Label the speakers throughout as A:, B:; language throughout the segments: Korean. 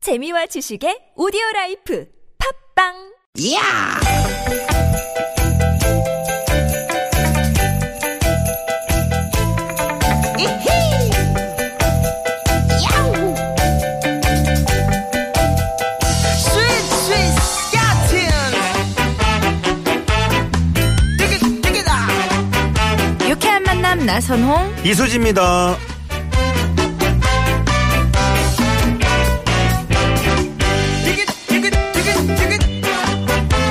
A: 재미와 지식의 오디오 라이프 팝빵
B: 이야! 이히! 야우! 스윗, 스윗, 스카튼! 띠깃, 띠깃아!
C: 유쾌한 만남 나선홍
D: 이수지입니다.
B: 띠깃, 띠깃, 띠깃, 띠깃!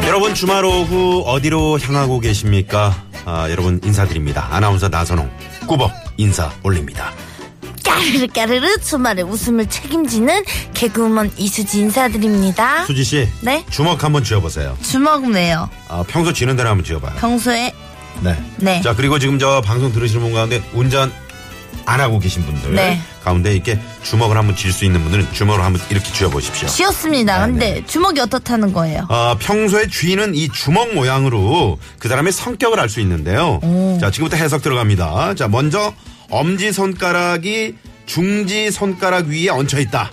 D: 여러분 주말 오후 어디로 향하고 계십니까? 아, 여러분 인사드립니다. 아나운서 나선홍 꾸벅 인사 올립니다.
C: 까르르 까르르 주말의 웃음을 책임지는 개그우먼 이수지 인사드립니다
D: 수지 씨,
C: 네?
D: 주먹 한번 쥐어보세요.
C: 주먹네요
D: 아, 평소 쥐는 대로 한번 쥐어봐요.
C: 평소에
D: 네.
C: 네.
D: 자 그리고 지금 저 방송 들으시는 분 가운데 운전 안 하고 계신 분들
C: 네.
D: 가운데 이렇게 주먹을 한번 쥘 수 있는 분들은 주먹을 한번 이렇게 쥐어보십시오.
C: 쥐었습니다
D: 아,
C: 근데 주먹이 어떻다는 거예요
D: 아, 평소에 쥐는 이 주먹 모양으로 그 사람의 성격을 알 수 있는데요. 자, 지금부터 해석 들어갑니다. 자, 먼저 엄지 손가락이 중지 손가락 위에 얹혀 있다.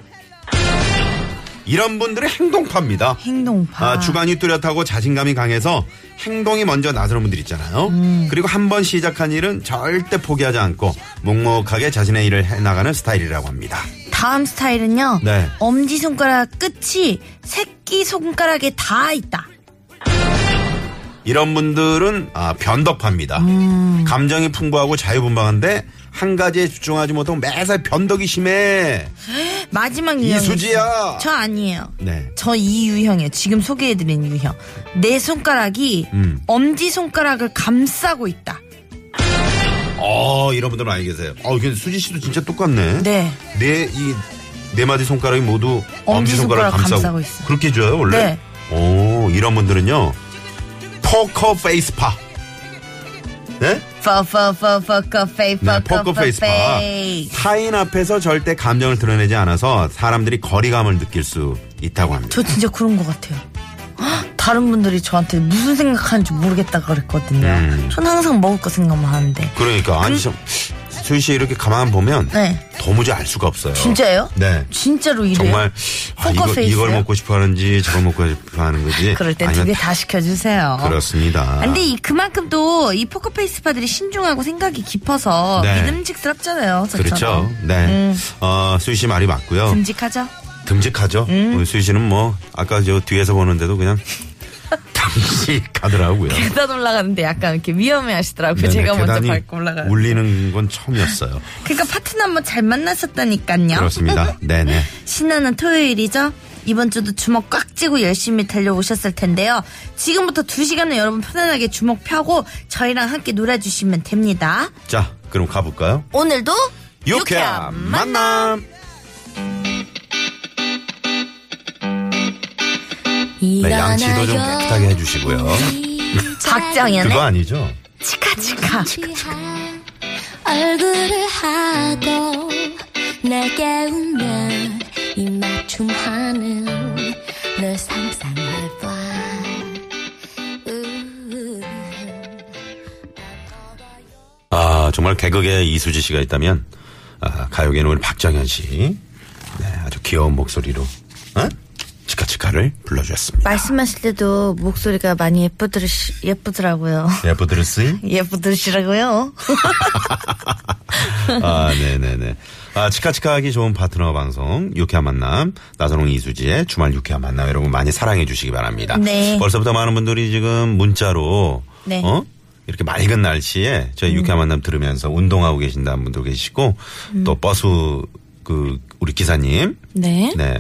D: 이런 분들은 행동파입니다.
C: 행동파
D: 아, 주관이 뚜렷하고 자신감이 강해서 행동이 먼저 나서는 분들 있잖아요. 그리고 한 번 시작한 일은 절대 포기하지 않고 묵묵하게 자신의 일을 해나가는 스타일이라고 합니다.
C: 다음 스타일은요
D: 네.
C: 엄지손가락 끝이 새끼손가락에 다 있다
D: 이런 분들은 아, 변덕파입니다. 음. 감정이 풍부하고 자유분방한데 한 가지에 집중하지 못하고 매사 변덕이 심해.
C: 마지막 유형
D: 이수지야.
C: 저 아니에요
D: 네.
C: 저 이 유형이에요 지금 소개해드린 유형 내 손가락이
D: 음.
C: 엄지손가락을 감싸고 있다
D: 어 이런 분들은 알게 계세요. 어 근데 수지 씨도 진짜 똑같네.
C: 네
D: 내이네 마디 손가락이 모두 엄지 손가락
C: 엄지손가락
D: 감싸고,
C: 감싸고 있어요.
D: 그렇게 줘요 네. 원래. 오 이런 분들은요 포커 페이스파. 네? 네, 포커 페이스파.
C: 퍼퍼퍼퍼퍼페이퍼퍼페이
D: 타인 앞에서 절대 감정을 드러내지 않아서 사람들이 거리감을 느낄 수 있다고 합니다.
C: 저 진짜 그런 것 같아요. 헉, 다른 분들이 저한테 무슨 생각하는지 모르겠다 그랬거든요.
D: 음.
C: 전 항상 먹을 거 생각만 하는데.
D: 그러니까 아니 참 수희 씨 이렇게 가만 보면
C: 네.
D: 도무지 알 수가 없어요.
C: 진짜예요?
D: 네.
C: 진짜로 이래요?
D: 정말 아,
C: 포커
D: 이거,
C: 페이스요?
D: 이걸 먹고 싶어 하는지 저걸 먹고 싶어 하는 거지.
C: 그럴 땐 두
D: 아니면
C: 개 다 시켜주세요.
D: 그렇습니다.
C: 아, 근데 이, 그만큼 또 이 포커페이스파들이 신중하고 생각이 깊어서
D: 네.
C: 믿음직스럽잖아요.
D: 그렇죠.
C: 저처럼.
D: 네. 어, 수희 씨 말이 맞고요.
C: 듬직하죠?
D: 어. 듬직하죠.
C: 음.
D: 우리 수희 씨는 뭐 아까 저 뒤에서 보는데도 그냥 듬직하더라고요.
C: 계단 올라가는데 약간 이렇게 위험해 하시더라고요.
D: 네네,
C: 그 제가 먼저
D: 계단이
C: 밟고 올라가요.
D: 울리는 건 처음이었어요.
C: 그러니까 파트너 한번 잘 만났었다니까요.
D: 그렇습니다. 네네.
C: 신나는 토요일이죠. 이번 주도 주먹 꽉 쥐고 열심히 달려오셨을 텐데요. 지금부터 두 시간은 여러분 편안하게 주먹 펴고 저희랑 함께 놀아주시면 됩니다.
D: 자, 그럼 가볼까요?
C: 오늘도
D: 유쾌한 만남. 네, 양치도 좀 깨끗하게 해주시고요.
C: 박정현의
D: 그거 아니죠?
C: 치카치카.
E: 취한 얼굴을 하고 날 깨우면 이 맞춤하는 널 상상해봐
D: 아, 정말 개그계 이수지 씨가 있다면, 아, 가요계는 우리 박정현 씨. 네, 아주 귀여운 목소리로, 어? 치카치카를 불러주셨습니다.
C: 말씀하실 때도 목소리가 많이 예쁘드시, 예쁘더라고요.
D: 네, 뭐 예쁘드르스?
C: 예쁘드시라고요.
D: 아, 네네네. 아, 치카치카 하기 좋은 파트너 방송, 유쾌한 만남, 나선홍 이수지의 주말 유쾌한 만남, 여러분 많이 사랑해 주시기 바랍니다.
C: 네.
D: 벌써부터 많은 분들이 지금 문자로,
C: 네.
D: 어? 이렇게 맑은 날씨에 저희 유쾌한 만남 들으면서 운동하고 계신다는 분도 계시고, 또 버스, 그, 우리 기사님,
C: 네.
D: 네.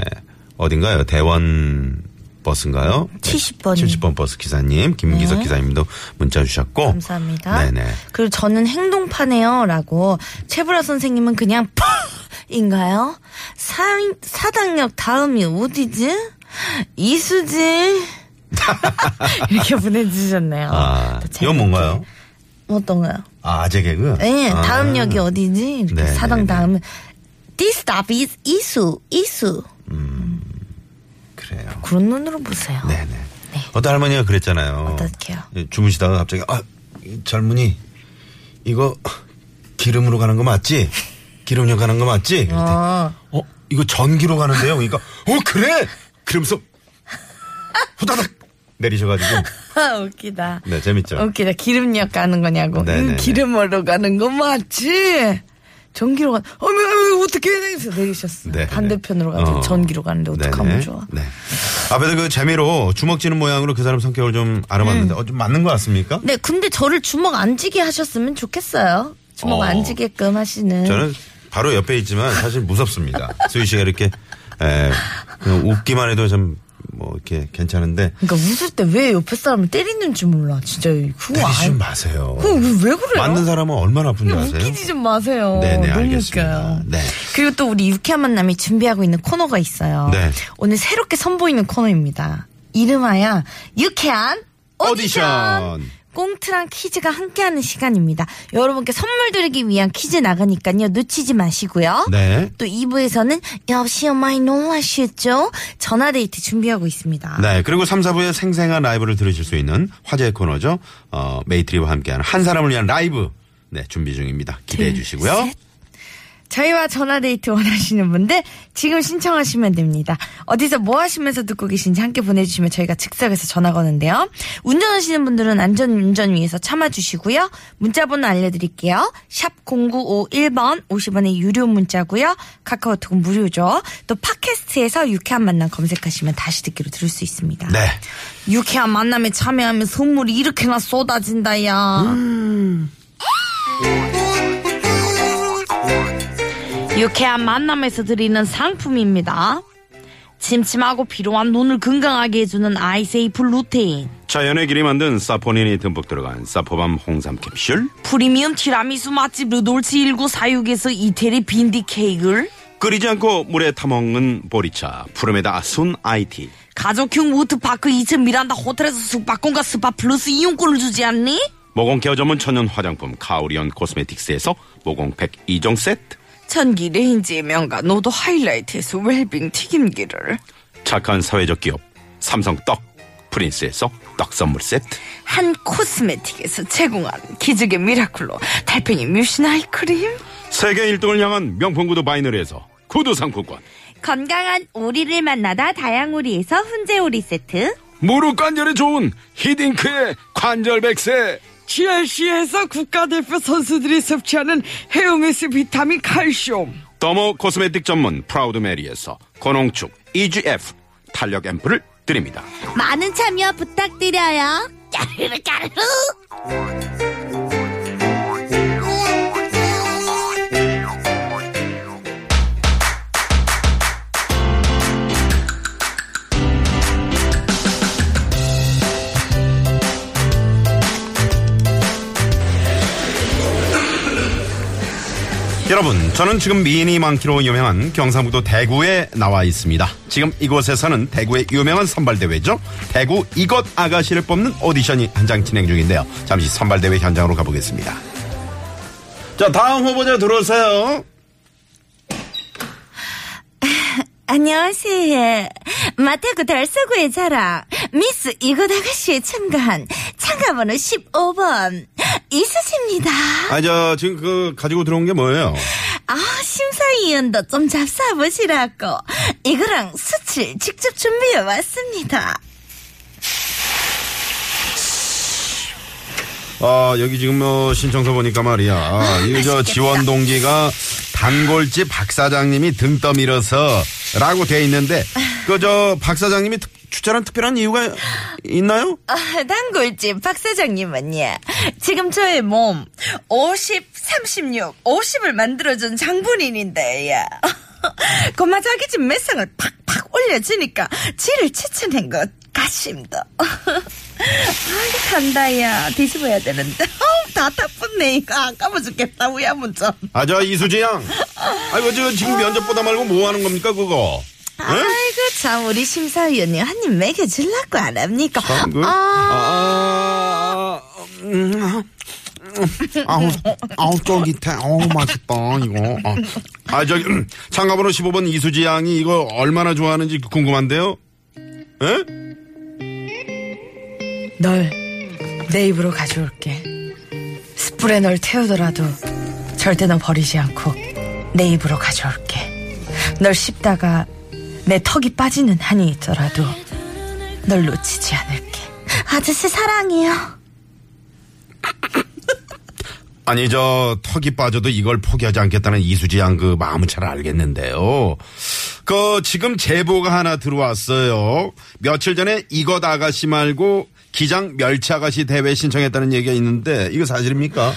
D: 어딘가요? 대원 버스인가요? 네.
C: 70번.
D: 70번 버스 기사님, 김기석 기사님도 문자 주셨고.
C: 네. 감사합니다.
D: 네네.
C: 그리고 저는 행동파네요. 라고. 최불아 선생님은 그냥 팍! 인가요? 사, 사당역 다음이 어디지? 이수지? 이렇게 보내주셨네요.
D: 아,
C: 또 재밌게.
D: 이건 뭔가요?
C: 어떤가요?
D: 아, 아재 개그?
C: 예,
D: 아.
C: 다음 역이 어디지? 이렇게
D: 네,
C: 사당
D: 네, 네.
C: 다음에. This stop is 이수, 이수.
D: 그래요.
C: 그런 눈으로 보세요.
D: 네네. 어떤 할머니가 그랬잖아요.
C: 어떡해요?
D: 예, 주무시다가 갑자기, 아, 이 젊은이, 이거 기름으로 가는 거 맞지? 기름역 가는 거 맞지? 그랬더니,
C: 어,
D: 어, 이거 전기로 가는데요. 그러니까 어 그래? 그러면서 후다닥 내리셔가지고
C: 아, 웃기다.
D: 네 재밌죠.
C: 웃기다. 기름역 가는 거냐고.
D: 네네네.
C: 응, 기름으로 가는 거 맞지? 전기로 가. 어머, 어머, 어떻게 해서 내리셨어.
D: 네.
C: 반대편으로 가는데
D: 어.
C: 전기로 가는데 어떡하면
D: 네네.
C: 좋아.
D: 네. 앞에서 그 재미로 주먹 쥐는 모양으로 그 사람 성격을 좀 알아봤는데 어, 좀 맞는 것 같습니까?
C: 음. 네, 근데 저를 주먹 안 지게 하셨으면 좋겠어요. 주먹
D: 어.
C: 안 지게끔 하시는.
D: 저는 바로 옆에 있지만 사실 무섭습니다. 수희 씨가 이렇게 에, 그냥 웃기만 해도 좀 뭐 이렇게 괜찮은데
C: 그러니까 웃을 때 왜 옆에 사람을 때리는지 몰라. 진짜 그거
D: 때리지
C: 알.
D: 좀 마세요.
C: 그거 왜 그래요?
D: 맞는 사람은 얼마나 아픈지
C: 그냥
D: 아세요?
C: 웃기지 좀 어, 그러니까. 마세요.
D: 네네,
C: 너무
D: 알겠습니다.
C: 웃겨요.
D: 네.
C: 그리고 또 우리 유쾌한 만남이 준비하고 있는 코너가 있어요.
D: 네.
C: 오늘 새롭게 선보이는 코너입니다. 이름하여 유쾌한 오디션.
D: 오디션.
C: 꽁트랑 퀴즈가 함께하는 시간입니다. 여러분께 선물 드리기 위한 퀴즈 나가니까요. 놓치지 마시고요.
D: 네.
C: 또 2부에서는 역시 엄마이 너무 아쉬웠죠? 전화데이트 준비하고 있습니다.
D: 네, 그리고 3, 4부의 생생한 라이브를 들으실 수 있는 화제의 코너죠. 어, 메이트리와 함께하는 한 사람을 위한 라이브. 네, 준비 중입니다. 기대해 주시고요.
C: 저희와 전화데이트 원하시는 분들 지금 신청하시면 됩니다. 어디서 뭐 하시면서 듣고 계신지 함께 보내주시면 저희가 즉석에서 전화 거는데요. 운전하시는 분들은 안전운전 위해서 참아주시고요. 문자번호 알려드릴게요. 샵 0951번 50원의 유료 문자고요. 카카오톡은 무료죠. 또 팟캐스트에서 유쾌한 만남 검색하시면 다시 듣기로 들을 수 있습니다.
D: 네.
C: 유쾌한 만남에 참여하면 선물이 이렇게나 쏟아진다 야. 유쾌한 만남에서 드리는 상품입니다. 침침하고 피로한 눈을 건강하게 해주는 아이세이프 루테인,
F: 자연의 길이 만든 사포닌이 듬뿍 들어간 사포밤 홍삼 캡슐
C: 프리미엄 티라미수 맛집 르돌치 1946에서 이태리 빈디 케이크를,
F: 끓이지 않고 물에 타먹는 보리차 푸르메다 순 IT
C: 가족형 워터파크 2층 미란다 호텔에서 숙박권과 스파 플러스 이용권을 주지 않니?
F: 모공 케어 전문 천연 화장품 카오리언 코스메틱스에서 모공팩 2종 세트
C: 전기 레인지의 명가 노도 하이라이트에서 웰빙 튀김기를
F: 착한 사회적 기업 삼성 떡 프린스에서 떡 선물 세트
C: 한 코스메틱에서 제공한 기적의 미라클로 달팽이 뮤신 아이크림
F: 세계 1등을 향한 명품 구두 바이너리에서 구두 상품권
C: 건강한 오리를 만나다 다양오리에서 훈제오리 세트
F: 무릎 관절에 좋은 히딩크의 관절 백세
G: GRC에서 국가대표 선수들이 섭취하는 헤어메스 비타민 칼슘
F: 더모 코스메틱 전문 프라우드 메리에서 건홍축 EGF 탄력 앰플을 드립니다
E: 많은 참여 부탁드려요. 짜르르 짜르르.
D: 여러분, 저는 지금 미인이 많기로 유명한 경상북도 대구에 나와 있습니다. 지금 이곳에서는 대구의 유명한 선발대회죠. 대구 이것 아가씨를 뽑는 오디션이 한창 진행 중인데요. 잠시 선발대회 현장으로 가보겠습니다. 자, 다음 후보자 들어오세요.
C: 안녕하세요 마태구 달서구의 자랑 미스 이곳 아가씨에 참가한 참가번호 15번 이수지입니다
D: 아, 저, 지금 그, 가지고 들어온 게 뭐예요?
C: 아, 심사위원도 좀 잡숴보시라고. 이거랑 수칠 직접 준비해 왔습니다.
D: 아, 여기 지금 뭐 신청서 보니까 말이야. 아, 이거 저 지원 동기가 단골집 박 사장님이 등 떠밀어서 라고 돼 있는데 그 저 박 사장님이 특- 추천한 특별한 이유가 있나요?
C: 아, 단골집 박사장님은요. 지금 저의 몸 50, 36, 50을 만들어준 장본인인데요. 고마 자기 집 매상을 팍팍 올려주니까 지를 추천한 것 같습니다. 아이, 간다야. 뒤집어야 되는데. 어우, 다 타뿐네. 이거 아까워 죽겠다. 우야문 좀.
D: 아, 저 이수지 양. 아이고, 저 지금 면접 보다 말고 뭐 하는 겁니까, 그거?
C: 아이고 참 우리 심사위원님 한 입 먹여줄라고 안 합니까?
D: 참, 그- 아, 음, 아우, 아우, 쫄깃해. 아우, 맛있다, 이거. 아, 아 저기, 음, 참가번호 15번 이수지 양이 이거 얼마나 좋아하는지 궁금한데요? 예? 에?
G: 널 내 입으로 가져올게 숯불에 널 태우더라도 절대 너 버리지 않고 내 입으로 가져올게
C: 널 씹다가 내 턱이 빠지는 한이 있더라도 널 놓치지 않을게.
E: 아저씨 사랑해요.
D: 아니 저 턱이 빠져도 이걸 포기하지 않겠다는 이수지 양 그 마음은 잘 알겠는데요. 그 지금 제보가 하나 들어왔어요. 며칠 전에 이것 아가씨 말고 기장 멸치 아가씨 대회 신청했다는 얘기가 있는데 이거 사실입니까?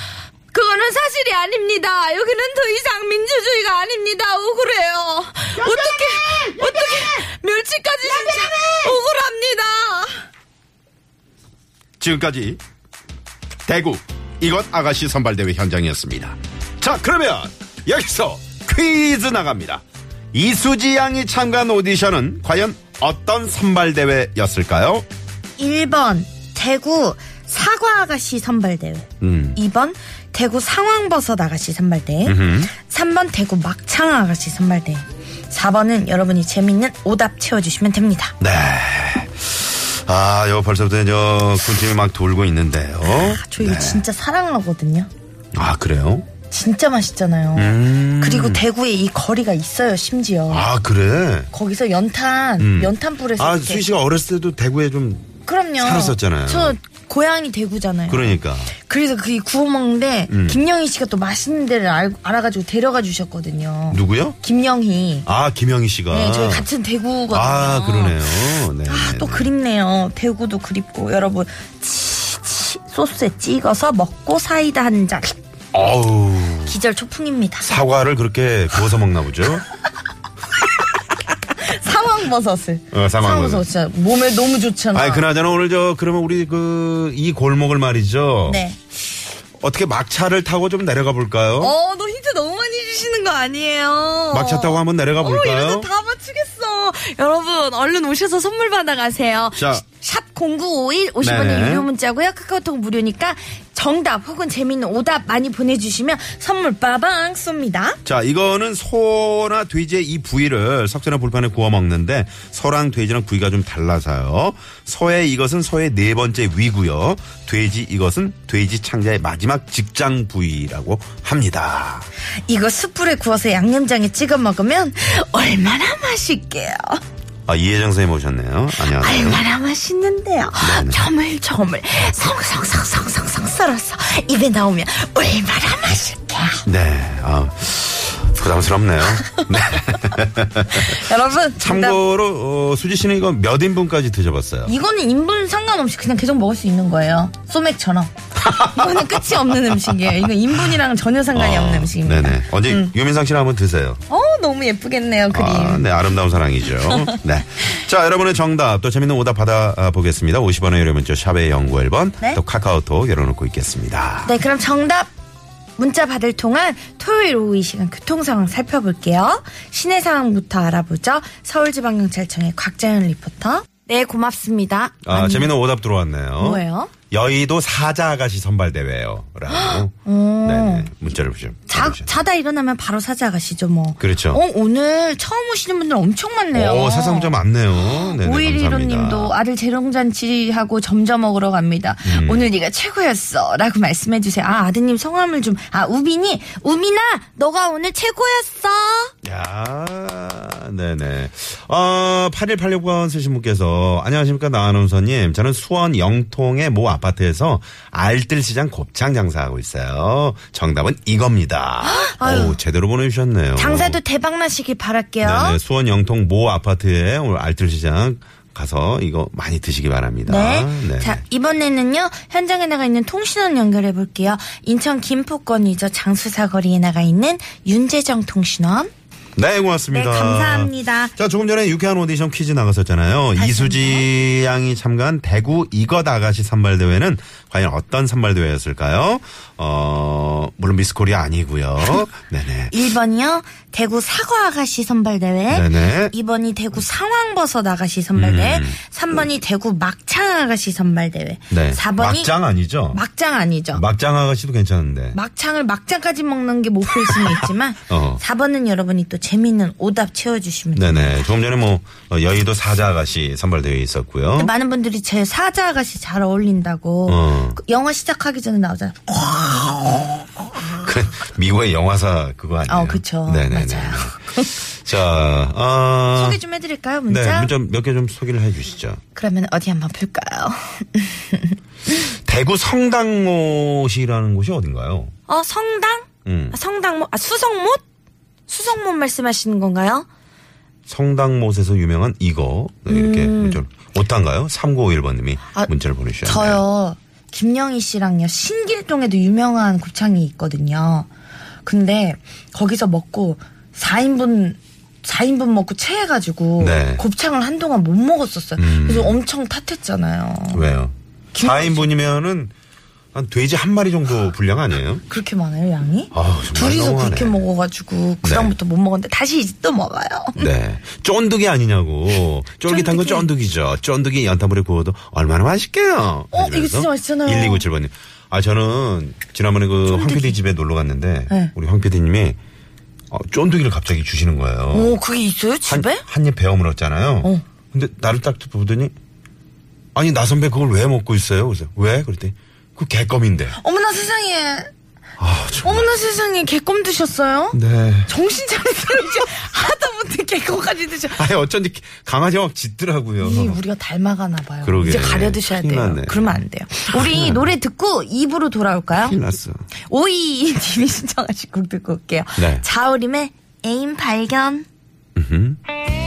C: 그거는 사실이 아닙니다. 여기는 더 이상 민주주의가 아닙니다. 억울해요. 어떻게 어떻게 멸치까지 진짜 억울합니다.
D: 지금까지 대구 이것 아가씨 선발대회 현장이었습니다. 자, 그러면 여기서 퀴즈 나갑니다. 이수지 양이 참가한 오디션은 과연 어떤 선발대회였을까요?
C: 1번 대구 사과 아가씨 선발대회.
D: 음.
C: 2번 대구 상황버섯 아가씨 선발대회. 3번 대구 막창 아가씨 선발대회. 4번은 여러분이 재밌는 오답 채워주시면 됩니다.
D: 네. 아, 요 벌써부터 저 군침이 막 돌고 있는데요. 네.
C: 저 이거 진짜 사랑하거든요.
D: 아, 그래요?
C: 진짜 맛있잖아요. 그리고 대구에 이 거리가 있어요, 심지어.
D: 음. 아, 그래?
C: 거기서 연탄, 연탄불에서.
D: 아,
C: 이렇게.
D: 수희 씨가 어렸을 때도 대구에 좀
C: 그럼요.
D: 살았었잖아요.
C: 저 고향이 대구잖아요.
D: 그러니까.
C: 그래서 그게 구워 먹는데
D: 음.
C: 김영희 씨가 또 맛있는 데를 알, 알아가지고 데려가 주셨거든요.
D: 누구요?
C: 김영희.
D: 아, 김영희 씨가.
C: 네, 저희 같은 대구거든요.
D: 아, 그러네요. 네.
C: 아,
D: 네,
C: 또
D: 네.
C: 그립네요. 대구도 그립고 여러분 치, 치, 소스에 찍어서 먹고 사이다 한 잔.
D: 어우.
C: 기절 초풍입니다.
D: 사과를 그렇게 구워서 먹나 보죠?
C: 상황버섯을.
D: 어, 상황버섯.
C: 진짜 몸에 너무 좋잖아.
D: 아니, 그나저나 오늘 저, 그러면 우리 그, 이 골목을 말이죠.
C: 네.
D: 어떻게 막차를 타고 좀 내려가 볼까요?
C: 어, 너 힌트 너무 많이 주시는 거 아니에요?
D: 막차 타고 한번 내려가
C: 어, 이러다
D: 볼까요?
C: 다 맞추겠어. 여러분, 얼른 오셔서 선물 받아가세요.
D: 자.
C: 샵 0951, 50원의
D: 네네.
C: 유료 문자고요. 카카오톡 무료니까 정답 혹은 재미있는 오답 많이 보내주시면 선물 빠방 쏩니다.
D: 자, 이거는 소나 돼지의 이 부위를 석쇠나 불판에 구워 먹는데 소랑 돼지랑 부위가 좀 달라서요. 소의 이것은 소의 네 번째 위고요. 돼지 이것은 돼지 창자의 마지막 직장 부위라고 합니다.
C: 이거 숯불에 구워서 양념장에 찍어 먹으면 얼마나 맛있게요.
D: 아, 이혜정 선생님 오셨네요. 안녕하세요.
C: 얼마나 맛있는데요.
D: 네.
C: 저물저물 성성성성성성 썰어서 입에 넣으면 얼마나 맛있게요.
D: 네, 아, 부담스럽네요. 네.
C: 여러분, 정답.
D: 참고로 어, 수지 씨는 이거 몇 인분까지 드셔봤어요?
C: 이거는 인분 상관없이 그냥 계속 먹을 수 있는 거예요. 소맥처럼. 이거는 끝이 없는 음식이에요. 이건 인분이랑 전혀 상관이 없는 음식입니다.
D: 아, 네네. 언제 유민상 씨랑 한번 드세요.
C: 어, 너무 예쁘겠네요, 그림.
D: 아, 네, 아름다운 사랑이죠. 네. 자, 여러분의 정답, 또 재밌는 오답 받아보겠습니다. 50원의 유료 문자, 샵의 연구 1번,
C: 네.
D: 또 카카오톡 열어놓고 있겠습니다.
C: 네, 그럼 정답 문자 받을 동안 토요일 오후 이 시간 교통 상황 살펴볼게요. 시내 상황부터 알아보죠. 서울지방경찰청의 곽자연 리포터. 네, 고맙습니다.
D: 아,
C: 아니,
D: 재밌는 오답 들어왔네요.
C: 뭐예요?
D: 여의도 사자 아가씨 선발대회예요 라고.
C: 어.
D: 네네. 문자를 보시죠.
C: 자, 자다 일어나면 바로 사자가시죠, 뭐.
D: 그렇죠.
C: 어, 오늘 처음 오시는 분들 엄청 많네요.
D: 오, 세상 좀 많네요. 네네. 감사합니다.
C: 5115님도 아들 재롱잔치하고 점점 먹으러 갑니다.
D: 음.
C: 오늘 네가 최고였어. 라고 말씀해주세요. 아, 아드님 성함을 좀. 아, 우빈이. 우빈아, 너가 오늘 최고였어.
D: 야, 네네. 어, 8186번 쓰신 분께서, 안녕하십니까, 나아나운서님. 저는 수원 영통의 모 아파트에서 알뜰시장 곱창 장사하고 있어요. 정답은 이겁니다. 오, 제대로 보내주셨네요.
C: 장사도 대박나시길 바랄게요.
D: 네네. 수원 영통 모 아파트에 오늘 알뜰시장 가서 이거 많이 드시기 바랍니다.
C: 네.
D: 네.
C: 자, 이번에는요, 현장에 나가 있는 통신원 연결해 볼게요. 인천 김포권이죠. 장수사거리에 나가 있는 윤재정 통신원.
D: 네, 고맙습니다.
C: 네, 감사합니다.
D: 자, 조금 전에 유쾌한 오디션 퀴즈 나갔었잖아요. 이수지 양이 참가한 대구 이것 아가씨 선발대회는 과연 어떤 선발대회였을까요? 어, 물론 미스코리아 아니고요 네네.
C: 1번이요, 대구 사과 아가씨 선발대회.
D: 네네. 음.
C: 2번이 대구 상황버섯 아가씨 선발대회. 3번이 대구 막창 아가씨 선발대회.
D: 네.
C: 4번이
D: 막장 아니죠?
C: 막장 아니죠.
D: 막장 아가씨도 괜찮은데.
C: 막창을 막장까지 먹는 게 목표일 수는 있지만
D: 어.
C: 4번은 여러분이 또 재미있는 오답 채워주시면 돼요.
D: 네네. 조금 전에 뭐, 어, 여의도 사자 아가씨 선발대회 있었고요.
C: 근데 많은 분들이 제 사자 아가씨 잘 어울린다고
D: 어.
C: 그 영화 시작하기 전에 나오잖아요.
D: 그 미국의 영화사 그거 아니에요?
C: 어, 그쵸.
D: 네네네.
C: 맞아요.
D: 자, 아.
C: 소개 좀 해드릴까요, 문자?
D: 네, 문자 몇 개 좀 소개를 해 주시죠.
C: 그러면 어디 한번 볼까요?
D: 대구 성당못이라는 곳이 어딘가요?
C: 어, 성당?
D: 음.
C: 아, 성당못? 아, 수성못? 수성못 말씀하시는 건가요?
D: 성당못에서 유명한 이거. 네, 이렇게 문자를. 오타인가요? 3951번님이
C: 음. 아,
D: 문자를 보내주셨네요.
C: 저요 김영희 씨랑요 신길동에도 유명한 곱창이 있거든요. 근데 거기서 먹고 4인분 4인분 먹고 체해가지고
D: 네.
C: 곱창을 한동안 못 먹었었어요.
D: 음.
C: 그래서 엄청 탓했잖아요.
D: 왜요?
C: 김밥
D: 4인분이면은 한 돼지 한 마리 정도 분량 아니에요?
C: 그렇게 많아요 양이?
D: 아우, 정말
C: 둘이서
D: 너무하네.
C: 그렇게 먹어가지고 그다음부터 못 먹었는데 다시 이제 또 먹어요.
D: 네. 쫀득이 아니냐고. 쫄깃한 건 쫀득이죠. 쫀득이 연탄불에 구워도 얼마나 맛있게요.
C: 어, 이거 진짜 맛있잖아요.
D: 1297번님. 아, 저는 지난번에 그 황 PD 집에 놀러 갔는데
C: 네.
D: 우리 황 PD님이 어, 쫀득이를 갑자기 주시는 거예요.
C: 오 그게 있어요 집에?
D: 한입 베어 물었잖아요. 근데 나를 딱 보더니 아니, 나 선배 그걸 왜 먹고 있어요? 그래서 왜? 그랬더니 그 개껌인데.
C: 어머나 세상에
D: 아, 정말.
C: 어머나 세상에 개껌 드셨어요?
D: 네.
C: 정신 차리세요 이제 하다못해 개껌까지 드셔.
D: 아니, 어쩐지 강아지가 막 짖더라고요.
C: 이 우리가 닮아가나 봐요.
D: 어. 그러게.
C: 이제 가려 드셔야
D: 큰일
C: 돼요.
D: 났네. 음.
C: 그러면 안 돼요. 우리 노래 듣고 입으로 돌아올까요?
D: 큰일 났어.
C: 오이 님이 신청하신 곡 듣고 올게요.
D: 네.
C: 자우림의 애인 발견.
D: 음흠.